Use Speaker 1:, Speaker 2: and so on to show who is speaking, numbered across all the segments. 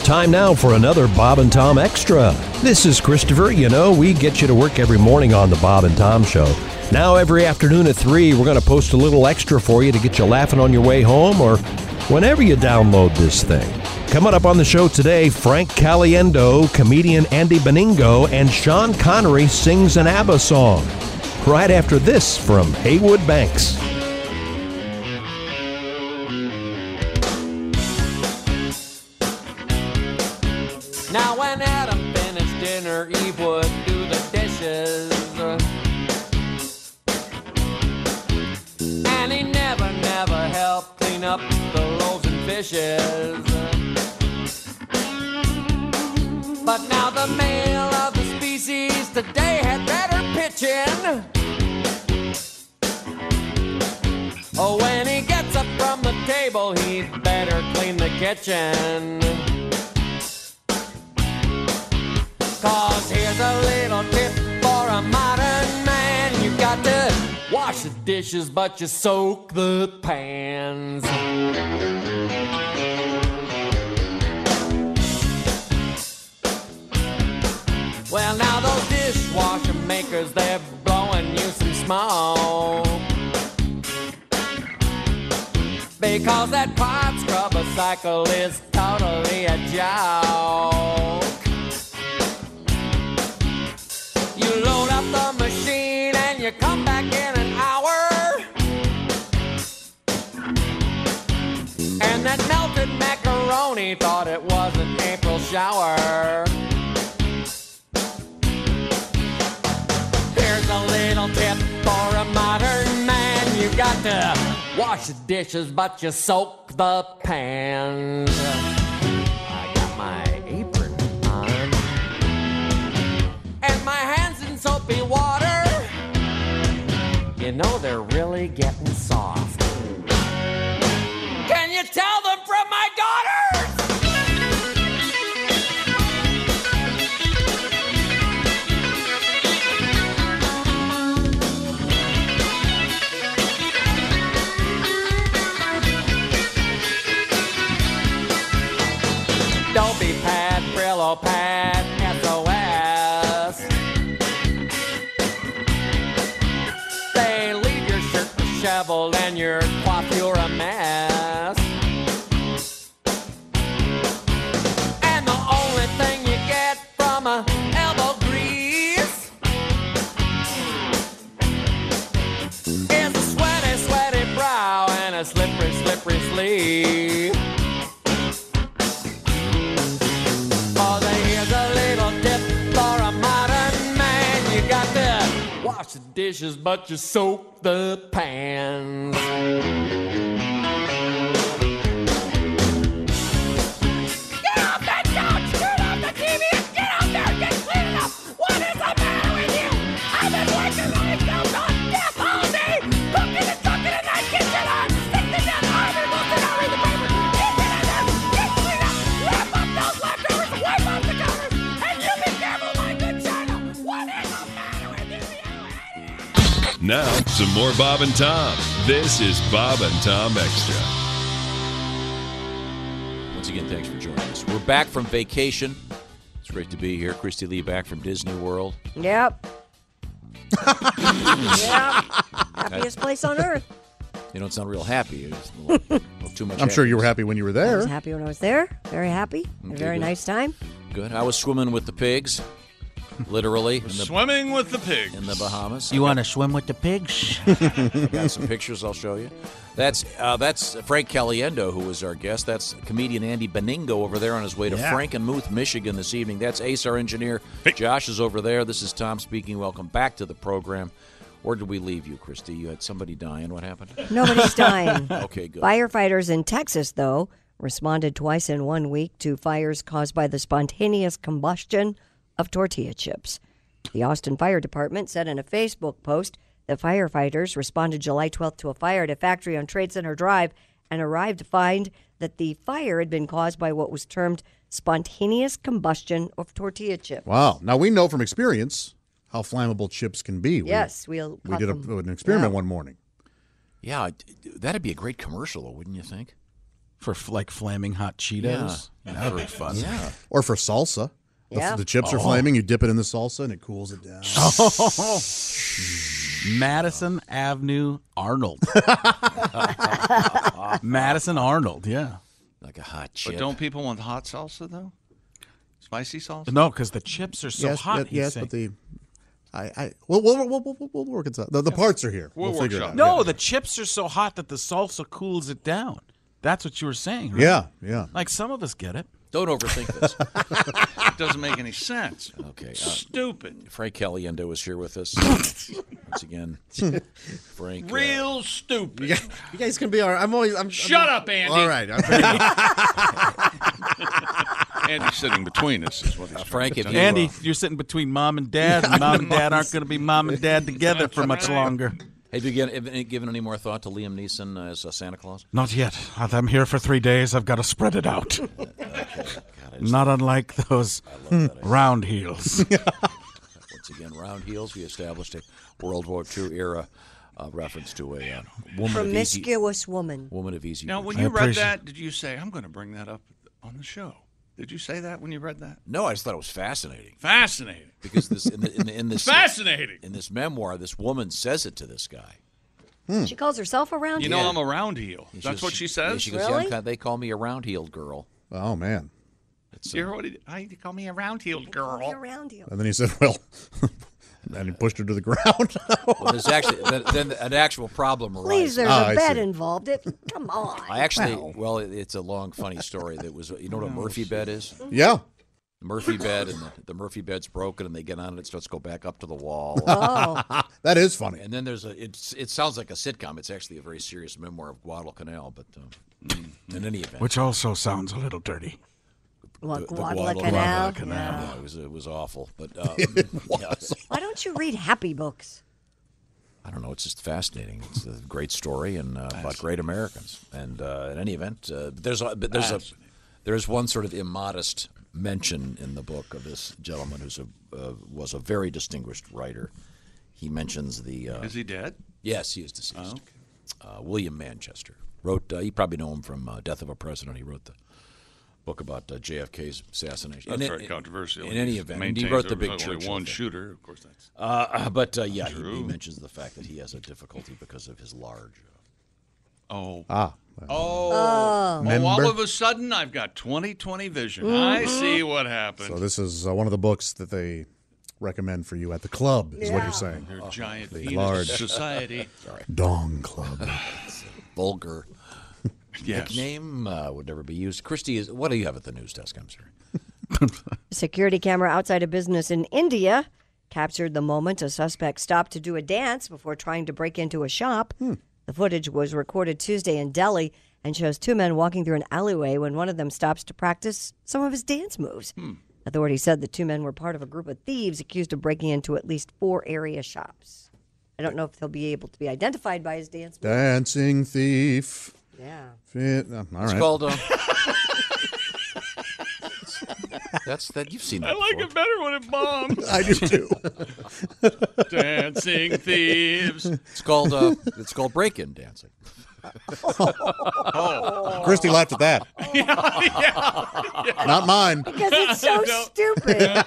Speaker 1: Time now for another Bob and Tom Extra. This is Christopher. You know, we get you to work every morning on the Bob and Tom Show. Now, every afternoon at 3, we're going to post a little extra for you to get you laughing on your way home or whenever you download this thing. Coming up on the show today, Frank Caliendo, comedian Andy Beningo, and Sean Connery sings an ABBA song. Right after this from Haywood Banks.
Speaker 2: Now, when Adam finished dinner, Eve would do the dishes. And he never, never helped clean up the loaves and fishes. But now the male of the species today had better pitching. Oh, when he gets up from the table, he'd better clean the kitchen. Cause here's a little tip for a modern man. You got to wash the dishes, but you soak the pans. Well, now those dishwasher makers, they're blowing you some smoke. Because that pot scrubber cycle is totally a joke. You load up the machine and you come back in an hour. And that melted macaroni thought it was an April shower. Here's a little tip for a modern man. You got to wash the dishes, but you soak the pans. I got my apron on and my hands in soapy water. You know they're really getting soft. Can you tell them from my daughters? Dolby pad, Brillo pad, SOS. They leave your shirt disheveled and your quaff, you're a mess. And the only thing you get from a elbow grease is a sweaty, sweaty brow and a slippery, slippery sleeve. Oh, here's a little tip for a modern man. You got to wash the dishes, but you soak the pans. Get off that couch! Turn off the TV! Get out there! Get clean up! What is the matter with you? I've been working myself on death all day! Cooking and cooking in that kitchen! I'm sticking that iron book and I read the paper! Get in there! Get clean up! Wipe up those leftovers! Wipe up the counters! And you be careful, my good China! What is the matter with you, you idiot?
Speaker 3: Now, some more Bob and Tom. This is Bob and Tom Extra.
Speaker 4: Once again, thanks for joining us. We're back from vacation. It's great to be here. Christy Lee back from Disney World.
Speaker 5: Yep. yep. Happiest place on earth.
Speaker 4: You don't sound real happy. It's a little- a little too much.
Speaker 6: I'm sure you were happy when you were
Speaker 5: I was
Speaker 6: there.
Speaker 5: happy when I was there. Very happy. Had a very
Speaker 4: good.
Speaker 5: nice time.
Speaker 4: Good. I was swimming with the pigs, literally in the,
Speaker 7: Swimming with the pig.
Speaker 4: in the Bahamas.
Speaker 8: You want to swim with the pigs?
Speaker 4: I got some pictures. I'll show you. That's uh, that's Frank Caliendo, who was our guest. That's comedian Andy Beningo over there on his way to Frankenmuth, Michigan this evening. That's Ace, our engineer. Josh is over there. This is Tom speaking. Welcome back to the program. Where did we leave you, Christy? You had somebody dying. What happened?
Speaker 5: Nobody's dying.
Speaker 4: Okay, good.
Speaker 5: Firefighters in Texas, though, responded twice in one week to fires caused by the spontaneous combustion of tortilla chips. The Austin Fire Department said in a Facebook post that firefighters responded July 12th to a fire at a factory on Trade Center Drive and arrived to find that the fire had been caused by what was termed spontaneous combustion of tortilla chips.
Speaker 6: Wow. Now we know from experience how flammable chips can be. We-
Speaker 5: Yes, we'll.
Speaker 6: We,
Speaker 5: cut
Speaker 6: did a,
Speaker 5: them.
Speaker 6: an experiment
Speaker 5: Yeah.
Speaker 6: one morning.
Speaker 4: Yeah, d- d- that'd be a great commercial, though, wouldn't you think?
Speaker 7: for f- like flaming hot Cheetos.
Speaker 4: Yeah, very fun. Yeah.
Speaker 6: Or for salsa. The-
Speaker 5: Yeah.
Speaker 6: The chips are
Speaker 8: Oh.
Speaker 6: flaming. You dip it in the salsa and it cools it down.
Speaker 7: Madison Avenue Arnold. Madison Arnold, yeah.
Speaker 4: Like a hot
Speaker 8: But
Speaker 4: chip.
Speaker 8: don't people want hot salsa though? Spicy salsa?
Speaker 7: No, because the chips are so
Speaker 6: yes,
Speaker 7: hot.
Speaker 6: but-
Speaker 7: he's
Speaker 6: yes,
Speaker 7: saying.
Speaker 6: but the I, I we'll, we'll, we'll, we'll, we'll work it out. The, the parts are here.
Speaker 8: We'll
Speaker 6: We'll, figure it
Speaker 8: workshop
Speaker 6: out.
Speaker 8: it.
Speaker 7: no, the chips are so hot that the salsa cools it down. That's what you were saying, right?
Speaker 6: Yeah, yeah.
Speaker 7: Like some of us get it.
Speaker 4: Don't overthink this.
Speaker 8: It doesn't make any sense.
Speaker 4: Okay. Uh,
Speaker 8: Stupid.
Speaker 4: Frank Caliendo is here with us once again. Frank, uh,
Speaker 8: Real stupid.
Speaker 6: You guys can be all right. I'm always. I'm
Speaker 8: Shut up, Andy.
Speaker 6: All right. I'm-
Speaker 8: Andy's sitting between us is what he's
Speaker 4: Frank,
Speaker 8: trying
Speaker 4: if
Speaker 8: to
Speaker 4: you-
Speaker 8: tell
Speaker 7: Andy, you're sitting between mom and dad, and mom and dad aren't going to be mom and dad together for much longer.
Speaker 4: have you given, have you given any more thought to Liam Neeson as uh, Santa Claus?
Speaker 7: Not yet. I'm here for three days. I've got to spread it out. Not unlike those round heels.
Speaker 4: Once again, round heels. We established a World War II era uh, reference to a uh, woman of easy
Speaker 5: Promiscuous woman.
Speaker 4: woman of easy.
Speaker 8: Now, when
Speaker 7: I
Speaker 8: you read
Speaker 7: appreciate-
Speaker 8: that, did you say, I'm going to bring that up on the show? Did you say that when you read that?
Speaker 4: no, I just thought it was fascinating
Speaker 8: Fascinating.
Speaker 4: because this in, the, in, the, in this
Speaker 8: Fascinating.
Speaker 4: in this memoir, this woman says it to this guy.
Speaker 6: Mm.
Speaker 5: She calls herself around
Speaker 8: You know, I'm a round heel.
Speaker 4: And
Speaker 8: That's
Speaker 4: goes-
Speaker 8: what she
Speaker 4: yeah,
Speaker 8: says?
Speaker 4: she goes, "Yeah, I'm
Speaker 5: Really?
Speaker 4: kind of- they call me a round heeled girl.
Speaker 6: oh man.
Speaker 4: It's, uh,
Speaker 8: You hear what he, I, they call me a round heeled girl.
Speaker 5: around you.
Speaker 6: And then he said, "Well," and he pushed her to the ground.
Speaker 4: well, there's actually then- then an actual problem arises.
Speaker 5: Please, uh, there's
Speaker 6: Ah,
Speaker 5: a
Speaker 6: I
Speaker 5: bed
Speaker 6: see.
Speaker 5: involved. It, come on.
Speaker 4: I actually, well, it- it's a long, funny story. That was, you know what a Murphy bed is?
Speaker 6: yeah.
Speaker 4: Murphy bed, and the, the Murphy bed's broken, and they get on it, it starts to go back up to the wall.
Speaker 5: Oh,
Speaker 6: That is funny.
Speaker 4: and then there's a, it's, it sounds like a sitcom. It's actually a very serious memoir of Guadalcanal, but um, in any event,
Speaker 7: Which also sounds a little dirty.
Speaker 5: look,
Speaker 4: the
Speaker 5: Guadalcanal. Yeah.
Speaker 4: yeah, it was, it was awful. But um, yeah,
Speaker 5: Why don't you read happy books?
Speaker 4: I don't know. It's just fascinating. It's a great story and uh, about great Americans. And uh, in any event, uh, there's a, but there's a there's one sort of immodest mention in the book of this gentleman who's a uh, was a very distinguished writer. He mentions the uh,
Speaker 8: Is he dead?
Speaker 4: yes, he is
Speaker 8: Oh,
Speaker 4: deceased. uh, William Manchester wrote. Uh, you probably know him from uh, Death of a President. He wrote the book about uh, JFK's assassination.
Speaker 8: That's
Speaker 4: In-
Speaker 8: very
Speaker 4: in-
Speaker 8: controversial.
Speaker 4: In any
Speaker 8: He
Speaker 4: event, and
Speaker 8: maintains
Speaker 4: he wrote the
Speaker 8: there
Speaker 4: big
Speaker 8: was only
Speaker 4: Churchill
Speaker 8: one
Speaker 4: thing.
Speaker 8: shooter. Of course, that's
Speaker 4: Uh, but uh, yeah, he, he mentions the fact that he has a difficulty because of his large. Uh,
Speaker 8: oh
Speaker 6: Ah.
Speaker 8: oh oh! All
Speaker 6: Member?
Speaker 8: of a sudden, I've got 20/20 vision.
Speaker 5: Mm-hmm.
Speaker 8: I see what happened.
Speaker 6: So this is uh, one of the books that they recommend for you at the club. Is what
Speaker 5: Yeah.
Speaker 6: you're saying?
Speaker 8: Your giant
Speaker 6: the
Speaker 8: penis
Speaker 6: large-
Speaker 8: society.
Speaker 6: Dong Club.
Speaker 4: vulgar
Speaker 8: yes.
Speaker 4: name uh, would never be used. Christy, is, what do you have at the news desk? I'm sorry.
Speaker 5: Security camera outside a business in India captured the moment a suspect stopped to do a dance before trying to break into a shop. The footage was recorded Tuesday in Delhi and shows two men walking through an alleyway when one of them stops to practice some of his dance moves. Authorities said the two men were part of a group of thieves accused of breaking into at least four area shops. I don't know if they'll be able to be identified by his dance moves.
Speaker 6: Dancing thief.
Speaker 5: Yeah.
Speaker 6: Fit. uh, all
Speaker 4: It's
Speaker 6: right.
Speaker 4: called. Uh, that's that you've seen. That
Speaker 8: I like
Speaker 4: before.
Speaker 8: it better when it bombs.
Speaker 6: I do too.
Speaker 8: Dancing thieves.
Speaker 4: It's called. Uh, it's called break-in dancing.
Speaker 6: Christy laughed at that. Not mine.
Speaker 5: Because it's so stupid.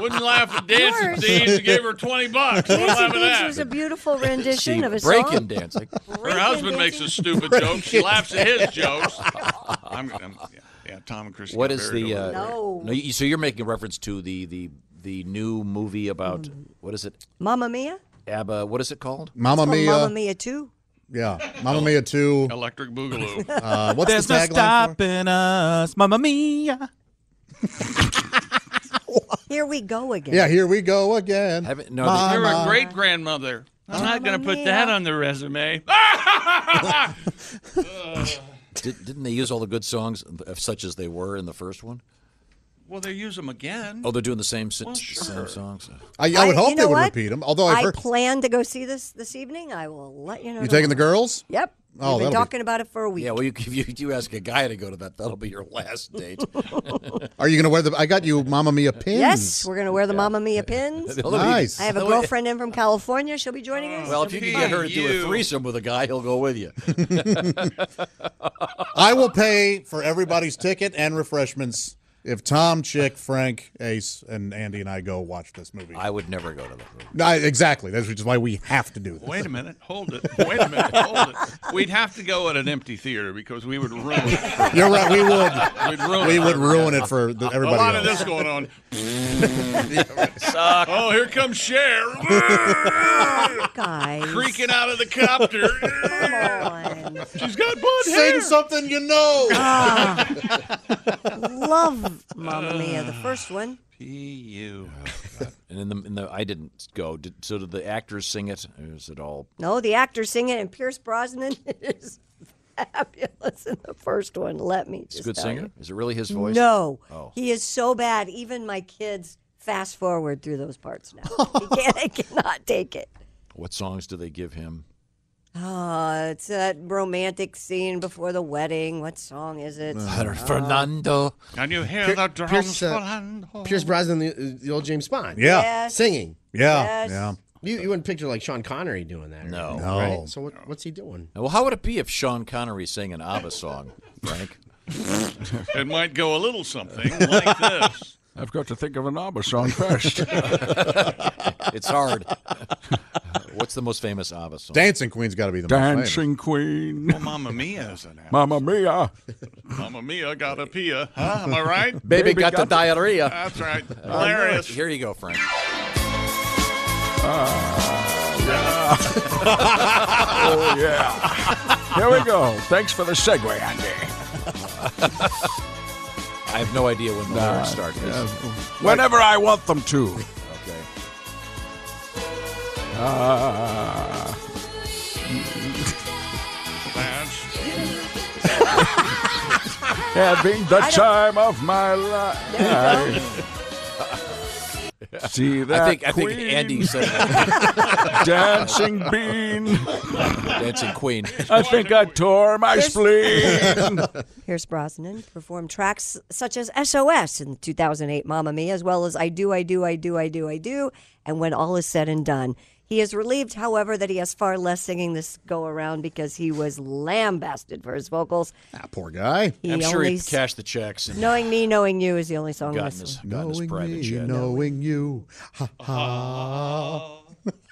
Speaker 8: Wouldn't laugh
Speaker 5: dancing
Speaker 8: at dancing
Speaker 5: Yours.
Speaker 8: thieves and gave her 20 bucks. Wouldn't
Speaker 5: Dancing
Speaker 8: laugh
Speaker 5: Thieves
Speaker 8: at
Speaker 5: was a
Speaker 8: that.
Speaker 5: beautiful rendition
Speaker 4: See,
Speaker 5: of a
Speaker 4: break-in
Speaker 5: song.
Speaker 4: dancing.
Speaker 8: Her husband makes a stupid joke. She laughs at his jokes. I'm, I'm, yeah, yeah, Tom and Chris.
Speaker 4: What
Speaker 8: got
Speaker 4: is
Speaker 8: married
Speaker 4: the?
Speaker 8: over
Speaker 4: Uh,
Speaker 8: there.
Speaker 5: No.
Speaker 4: no you, so you're making a reference to the the the new movie about what is it?
Speaker 5: Mamma Mia?
Speaker 4: ABBA. What is it called?
Speaker 6: Mamma
Speaker 5: Mamma
Speaker 6: Mia.
Speaker 5: Mamma Mia too.
Speaker 6: Yeah. Mamma Mia 2.
Speaker 8: Electric Boogaloo.
Speaker 6: Uh, what's
Speaker 7: There's
Speaker 6: the
Speaker 7: no
Speaker 6: tagline? for it?
Speaker 7: stopping us, Mamma Mia.
Speaker 5: Here we go again.
Speaker 6: Yeah, here we go again.
Speaker 4: Haven't- no, the-
Speaker 8: You're a great grandmother. I'm not going to put that on the resume. Ah!
Speaker 4: Did, didn't they use all the good songs, uh, such as they were in the first one?
Speaker 8: Well, they use them again.
Speaker 4: Oh, they're doing the same si-
Speaker 8: Well,
Speaker 4: same
Speaker 8: sure.
Speaker 4: songs.
Speaker 6: I, I would hope
Speaker 5: you
Speaker 6: they
Speaker 5: know
Speaker 6: would
Speaker 5: what?
Speaker 6: repeat them. Although I've
Speaker 5: I
Speaker 6: heard.
Speaker 5: plan to go see this this evening. I will let you know.
Speaker 6: you taking the
Speaker 5: tomorrow.
Speaker 6: girls?
Speaker 5: Yep. We've been
Speaker 6: Oh, that'll be-
Speaker 5: talking about it for a week.
Speaker 4: Yeah, well, you, if you, if you ask a guy to go to that, that'll be your last date.
Speaker 6: Are you going to wear the? I got you, Mamma Mia pins.
Speaker 5: yes, we're going to wear the Mamma Mia pins.
Speaker 6: nice.
Speaker 5: I have a girlfriend in from California. She'll be joining us.
Speaker 4: Well, if you can get her to do a
Speaker 8: You.
Speaker 4: threesome with a guy, he'll go with you.
Speaker 6: I will pay for everybody's ticket and refreshments if Tom, Chick, Frank, Ace, and Andy and I go watch this movie.
Speaker 4: I would never go to that. movie.
Speaker 6: No, exactly. That's which is why we have to do this.
Speaker 8: Wait a minute. Hold it. Wait a minute. Hold it. We'd have to go at an empty theater because we would ruin it. for-
Speaker 6: You're right. We would.
Speaker 8: We'd ruin
Speaker 6: We
Speaker 8: it
Speaker 6: would
Speaker 8: for
Speaker 6: ruin it for the,
Speaker 8: A
Speaker 6: everybody.
Speaker 8: lot of
Speaker 6: else.
Speaker 8: this going on. Oh, here comes Cher.
Speaker 5: guys.
Speaker 8: Creaking out of the copter.
Speaker 5: Come on.
Speaker 8: She's got butt
Speaker 6: Sing
Speaker 8: hair.
Speaker 6: something you know.
Speaker 5: Love Mamma Mia, the first one.
Speaker 8: You.
Speaker 4: And in the, in the I didn't go. Did, so did the actors sing it? Or is it all?
Speaker 5: No, the actor singing and Pierce Brosnan is fabulous in the first one. Let me just
Speaker 4: He's a good
Speaker 5: tell
Speaker 4: singer.
Speaker 5: you.
Speaker 4: Is it really his voice? Oh.
Speaker 5: No, he is so bad. Even my kids fast forward through those parts now. He can't, I cannot take it.
Speaker 4: What songs do they give him?
Speaker 5: Uh, it's that romantic scene before the wedding. What song is it?
Speaker 4: Fernando.
Speaker 8: Can you hear the drums?
Speaker 9: Pierce, uh, Pierce Brosnan, the, the old James Bond.
Speaker 6: Yeah.
Speaker 5: Yes.
Speaker 9: Singing.
Speaker 6: Yeah.
Speaker 5: Yes.
Speaker 6: Yeah.
Speaker 9: You, you wouldn't picture like Sean Connery doing that. or
Speaker 4: No.
Speaker 9: anything,
Speaker 6: No.
Speaker 9: Right? So what, what's he doing?
Speaker 4: Well, how would it be if Sean Connery sang an ABBA song, Frank?
Speaker 8: It might go a little something like this.
Speaker 7: I've got to think of an ABBA song first.
Speaker 4: It's hard. What's the most famous ABBA song?
Speaker 6: Dancing Queen's got to be the most famous.
Speaker 7: Dancing Queen,
Speaker 8: Oh, Mamma Mia is an app.
Speaker 7: Mamma Mia.
Speaker 8: Mamma Mia got a pia. Huh? Am I right?
Speaker 4: Baby, got, the diarrhea.
Speaker 8: That's right. Hilarious.
Speaker 4: Here you go, Frank.
Speaker 7: Oh yeah. Here we go. Thanks for the segue, Andy.
Speaker 4: I have no idea when the lyrics start.
Speaker 7: Whenever I want them to.
Speaker 4: Okay.
Speaker 7: Ah.
Speaker 8: That's-
Speaker 7: having the time of my life. See that
Speaker 4: I think I think
Speaker 7: queen
Speaker 4: Andy said that.
Speaker 7: dancing bean.
Speaker 4: Dancing Queen.
Speaker 7: I think I tore my spleen.
Speaker 5: Pierce Brosnan performed tracks such as SOS in the 2008 Mamma Mia, as well as I Do, I Do, I Do, I Do, I Do, and When All Is Said and Done. He is relieved, however, that he has far less singing this go around because he was lambasted for his vocals.
Speaker 6: Ah, poor guy.
Speaker 5: He
Speaker 4: I'm sure
Speaker 5: only
Speaker 4: he
Speaker 5: s-
Speaker 4: cashed the checks and
Speaker 5: Knowing Me, Knowing You is the only song
Speaker 4: gotten
Speaker 5: listening.
Speaker 4: his, gotten his
Speaker 6: Knowing
Speaker 4: private
Speaker 6: me,
Speaker 4: jet.
Speaker 6: knowing you. Ha, ha.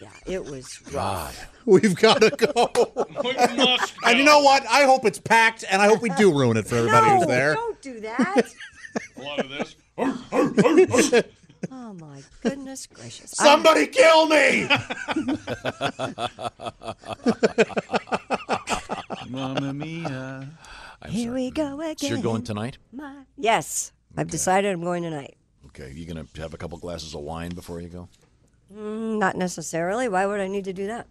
Speaker 5: Yeah, it was rough.
Speaker 6: We've got to go.
Speaker 8: We must
Speaker 6: And you
Speaker 8: go.
Speaker 6: know what? I hope it's packed, and I hope we do ruin it for everybody
Speaker 5: no,
Speaker 6: who's there.
Speaker 5: don't do that.
Speaker 8: a lot of this.
Speaker 5: oh, my goodness gracious. I-
Speaker 6: Somebody kill me!
Speaker 8: Mamma Mia.
Speaker 5: here we go again.
Speaker 4: So you're going tonight?
Speaker 5: My- yes, I've decided I'm going tonight.
Speaker 4: Okay. You gonna have a couple glasses of wine before you go?
Speaker 5: Not necessarily. Why would I need to do that?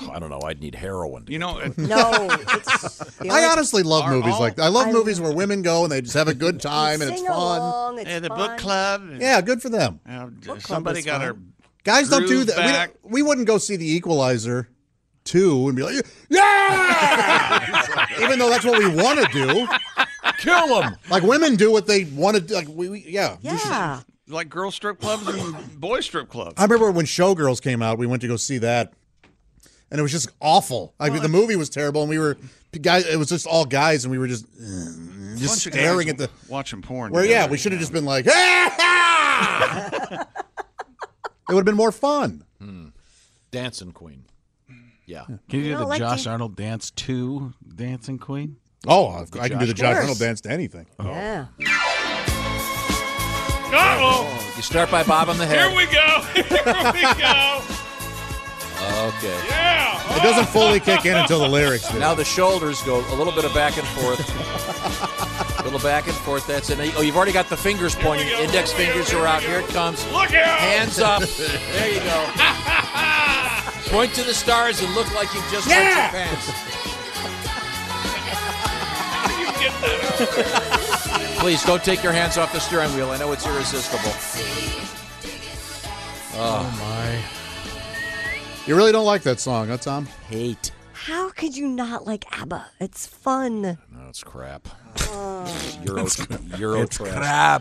Speaker 4: Oh, I don't know. I'd need heroin.
Speaker 8: You know, it-
Speaker 5: No, it's the
Speaker 6: I
Speaker 5: only-
Speaker 6: honestly love
Speaker 8: Are
Speaker 6: movies
Speaker 8: all-
Speaker 6: like that. I love movies where women go and they just have a good time and it's
Speaker 5: Sing
Speaker 6: fun.
Speaker 5: along, it's
Speaker 8: hey, the
Speaker 5: fun.
Speaker 8: book club. and-
Speaker 6: Yeah, good for them.
Speaker 8: Uh,
Speaker 5: club
Speaker 8: somebody
Speaker 5: is
Speaker 8: got
Speaker 5: fun?
Speaker 8: her.
Speaker 6: Guys don't do
Speaker 8: Groove
Speaker 6: that. We,
Speaker 8: back.
Speaker 6: don't- we wouldn't go see The Equalizer 2 and be like, yeah! Even though that's what we want to do.
Speaker 4: Kill him.
Speaker 6: Like women do what they want to do. Like we, we yeah.
Speaker 5: Yeah,
Speaker 8: like girl strip clubs and boy strip clubs.
Speaker 6: I remember when Showgirls came out, we went to go see that, and it was just awful. Like the movie was terrible, and we were guys. It was just all guys, and we were just uh, just
Speaker 8: Bunch of guys
Speaker 6: staring at the.
Speaker 8: watching porn.
Speaker 6: Where yeah,
Speaker 8: together.
Speaker 6: we should have just been like, "Ah!" it would have been more fun.
Speaker 4: Dancing Queen. Yeah.
Speaker 7: Can
Speaker 5: do
Speaker 7: you do
Speaker 5: the
Speaker 7: the
Speaker 5: like Josh
Speaker 7: Josh
Speaker 5: to-
Speaker 7: Arnold dance to Dancing Queen?
Speaker 6: Oh, I, I can do the
Speaker 4: Josh
Speaker 6: Josh
Speaker 5: Course.
Speaker 6: Arnold dance to anything.
Speaker 5: yeah.
Speaker 8: Oh,
Speaker 4: You start by bobbing the
Speaker 8: here
Speaker 4: head.
Speaker 8: we go. Here we go.
Speaker 4: Okay.
Speaker 8: Yeah.
Speaker 6: It doesn't fully kick in until the lyrics. do.
Speaker 4: Now the shoulders go a little bit of back and forth. a little back and forth. That's it. Oh, you've already got the fingers pointing.
Speaker 8: go,
Speaker 4: Index
Speaker 8: here we go,
Speaker 4: fingers
Speaker 8: here
Speaker 4: are
Speaker 8: we
Speaker 4: out.
Speaker 8: go.
Speaker 4: Here it comes.
Speaker 8: Look out.
Speaker 4: Hands up. There you go. Point to the stars and look like you've just
Speaker 6: Yeah.
Speaker 4: wet your pants.
Speaker 8: You get that.
Speaker 4: Please don't take your hands off the steering wheel. I know it's irresistible.
Speaker 6: You really don't like that song, huh, Tom?
Speaker 4: Hate.
Speaker 5: How could you not like ABBA? It's fun.
Speaker 4: No, it's crap. Euro, Euro
Speaker 7: It's
Speaker 4: trash.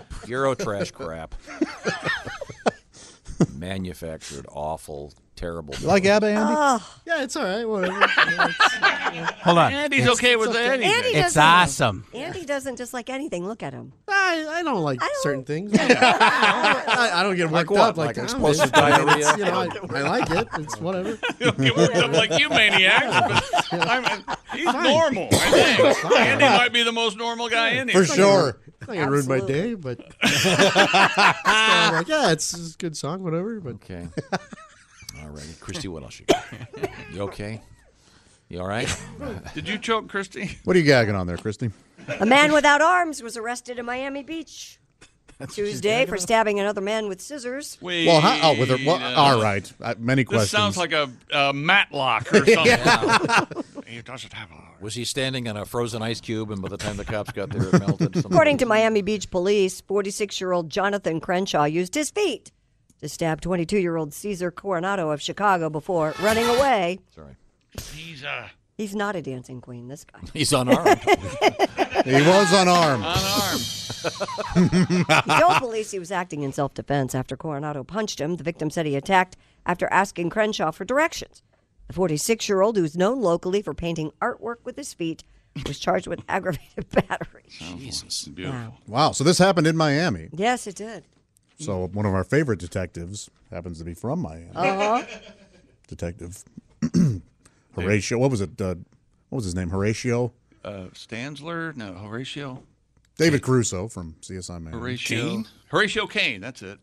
Speaker 7: crap.
Speaker 4: Euro trash crap. Manufactured, awful, terrible.
Speaker 6: You like ABBA, Andy?
Speaker 5: Ah.
Speaker 9: Yeah, it's all right. Whatever.
Speaker 7: Hold on.
Speaker 8: Andy's okay with anything.
Speaker 5: Andy
Speaker 7: It's
Speaker 5: doesn't.
Speaker 7: awesome.
Speaker 5: Andy doesn't dislike anything. Look at him.
Speaker 9: I, I don't like
Speaker 5: don't-
Speaker 9: certain things. I, I don't get worked
Speaker 4: what?
Speaker 9: up like,
Speaker 4: Like
Speaker 9: that.
Speaker 4: explosive diarrhea?
Speaker 9: You know, I, I like it. It's whatever.
Speaker 8: Get worked up like you maniacs. But I'm, uh, he's normal, I think. Andy might be the most normal guy in here.
Speaker 6: For sure.
Speaker 9: I think it ruined my day, but I'm like, yeah, it's, it's a good song, whatever. But
Speaker 4: Okay. All righty. Christy, what else you got? You okay? You all right?
Speaker 8: Did you choke, Christy?
Speaker 6: What are you gagging on there, Christy?
Speaker 5: A man without arms was arrested in Miami Beach Tuesday for stabbing another man with scissors.
Speaker 8: Wait.
Speaker 6: Well, how, oh, with her, well,
Speaker 8: uh,
Speaker 6: all right. Uh, many
Speaker 8: This
Speaker 6: questions.
Speaker 8: sounds like a, a matlock or something. He doesn't have a.
Speaker 4: Was he standing on a frozen ice cube, and by the time the cops got there, it melted? Something-
Speaker 5: According
Speaker 6: Hmm.
Speaker 5: to Miami Beach police, 46 year old Jonathan Crenshaw used his feet to stab 22 year old Cesar Coronado of Chicago before running away.
Speaker 4: Sorry.
Speaker 8: He's a.
Speaker 5: He's not a dancing queen, this guy.
Speaker 4: He's unarmed.
Speaker 6: he was unarmed.
Speaker 5: He told police he was acting in self defense after Coronado punched him. The victim said he attacked after asking Crenshaw for directions. The 46 year old, who's known locally for painting artwork with his feet, was charged with aggravated battery.
Speaker 4: Oh, Jesus.
Speaker 8: Beautiful.
Speaker 6: Wow. So this happened in Miami.
Speaker 5: Yes, it did.
Speaker 6: So one of our favorite detectives happens to be from Miami. Detective Horatio. What was it? Uh, what was his name? Horatio.
Speaker 8: Uh, Stansler? No, Horatio.
Speaker 6: David Crusoe from CSI Miami.
Speaker 8: Horatio. Horatio Kane. That's it.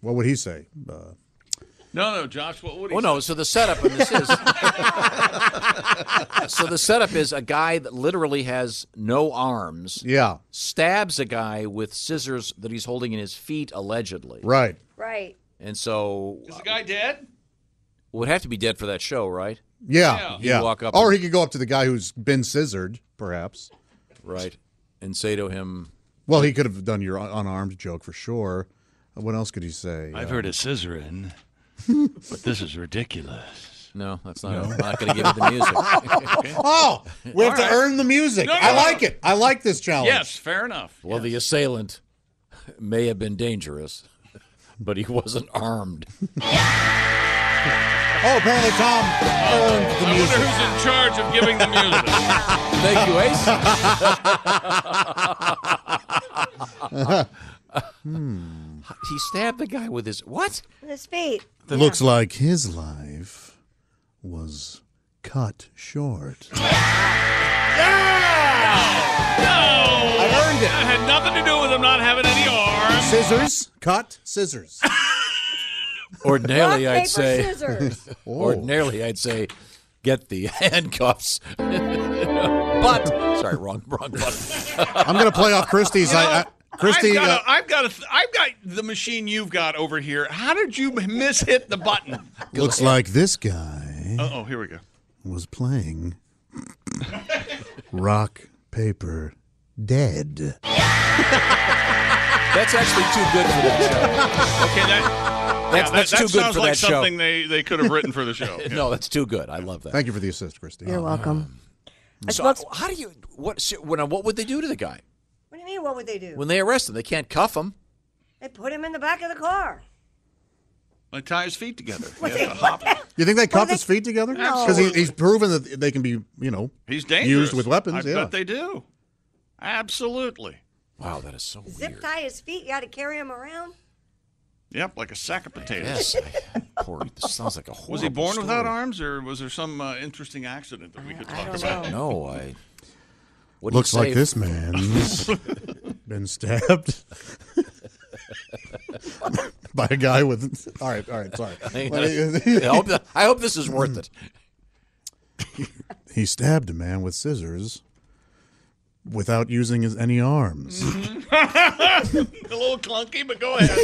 Speaker 6: What would he say? Uh,
Speaker 8: No, Oh, no, Josh. What would he?
Speaker 4: Well, no. So the setup in this is. so the setup is a guy that literally has no arms
Speaker 6: yeah.
Speaker 4: stabs a guy with scissors that he's holding in his feet allegedly,
Speaker 6: Right.
Speaker 5: Right.
Speaker 4: and so
Speaker 8: Is the guy dead?
Speaker 4: would have to be dead for that show, right?
Speaker 6: Yeah. Yeah.
Speaker 4: He'd walk up
Speaker 6: or
Speaker 4: and-
Speaker 6: he could go up to the guy who's been scissored, perhaps.
Speaker 4: Right. And say to him,
Speaker 6: Well, he could have done your un- unarmed joke for sure. Uh, What else could he say?
Speaker 8: I've heard of scissoring, but this is ridiculous.
Speaker 4: "No, that's not. I'm not going to give you the music."
Speaker 6: Oh, we have
Speaker 8: right.
Speaker 6: to earn the music.
Speaker 8: No, no,
Speaker 6: I
Speaker 8: no.
Speaker 6: like it. I like this
Speaker 4: Oh.
Speaker 6: challenge.
Speaker 8: Yes, fair enough.
Speaker 4: well, the assailant may have been dangerous, but he wasn't armed.
Speaker 6: Oh, apparently Tom earned the
Speaker 8: I wonder
Speaker 6: music.
Speaker 8: who's in charge of giving the music.
Speaker 4: Thank you, Ace. He stabbed the guy with his what?
Speaker 5: His feet.
Speaker 4: Oh,
Speaker 6: Looks like his life was cut short.
Speaker 8: no,
Speaker 6: I earned
Speaker 8: that
Speaker 6: it.
Speaker 8: had nothing to do with him not having any arms.
Speaker 6: Scissors, cut, scissors.
Speaker 4: Ordinarily,
Speaker 5: Rock,
Speaker 4: I'd
Speaker 5: paper,
Speaker 4: say.
Speaker 6: Oh.
Speaker 5: scissors.
Speaker 4: Ordinarily, I'd say, get the handcuffs. but sorry, wrong, wrong button.
Speaker 6: I'm gonna play off Christie's. I, I, Christie,
Speaker 8: I've
Speaker 6: uh,
Speaker 8: got, a, I've, got a th- I've got the machine you've got over here. How did you mishit the button?
Speaker 6: uh, looks like this guy
Speaker 8: Uh oh, here we go.
Speaker 6: was playing rock paper dead.
Speaker 4: That's actually too good for that
Speaker 8: Okay, that,
Speaker 4: show. That's,
Speaker 8: that,
Speaker 4: that's
Speaker 8: that
Speaker 4: too good
Speaker 8: sounds
Speaker 4: for
Speaker 8: like
Speaker 4: that show.
Speaker 8: something they, they could have written for the show. Yeah.
Speaker 4: No, that's too good. I love that.
Speaker 6: Thank you for the assist, Christie.
Speaker 5: You're welcome. A
Speaker 4: So,
Speaker 5: spokes-
Speaker 4: how do you what? so- When what would they do to the guy
Speaker 5: what do you mean? What would they do?
Speaker 4: when they arrest him? They can't cuff him.
Speaker 5: they put him in the back of the car.
Speaker 8: Like tie his feet together.
Speaker 5: What
Speaker 8: Yeah.
Speaker 5: they- what the-
Speaker 6: You think they cuffed
Speaker 5: they-
Speaker 6: his feet together?
Speaker 5: No.
Speaker 6: Because he, he's proven that they can be, you know,
Speaker 8: He's dangerous.
Speaker 6: used with weapons.
Speaker 8: I
Speaker 6: yeah.
Speaker 8: bet they do. Absolutely.
Speaker 4: Wow, that is so
Speaker 5: Zip
Speaker 4: weird.
Speaker 5: tie his feet. You got to carry him around.
Speaker 8: Yep, like a sack of potatoes.
Speaker 4: Yes, I, poor. This sounds like a horrible.
Speaker 8: Was he born
Speaker 4: story.
Speaker 8: without arms, or was there some uh, interesting accident that we could talk about?
Speaker 4: No, I. What do you
Speaker 6: Looks like
Speaker 4: say
Speaker 6: this man's been stabbed by a guy with. All right, all right, sorry. Let me-
Speaker 4: I hope, th- I hope this is worth it.
Speaker 6: he stabbed a man with scissors without using his any arms.
Speaker 8: A little clunky, but go ahead.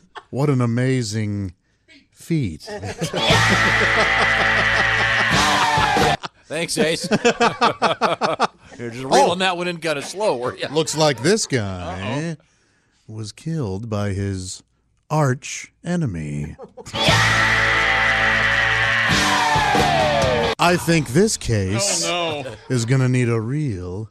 Speaker 6: What an amazing feat!
Speaker 4: Thanks, Ace. You're just reeling that one in kind of slow. were ya?
Speaker 6: Looks like this guy was killed by his arch enemy. I think this case
Speaker 8: Oh, no.
Speaker 6: is going to need a real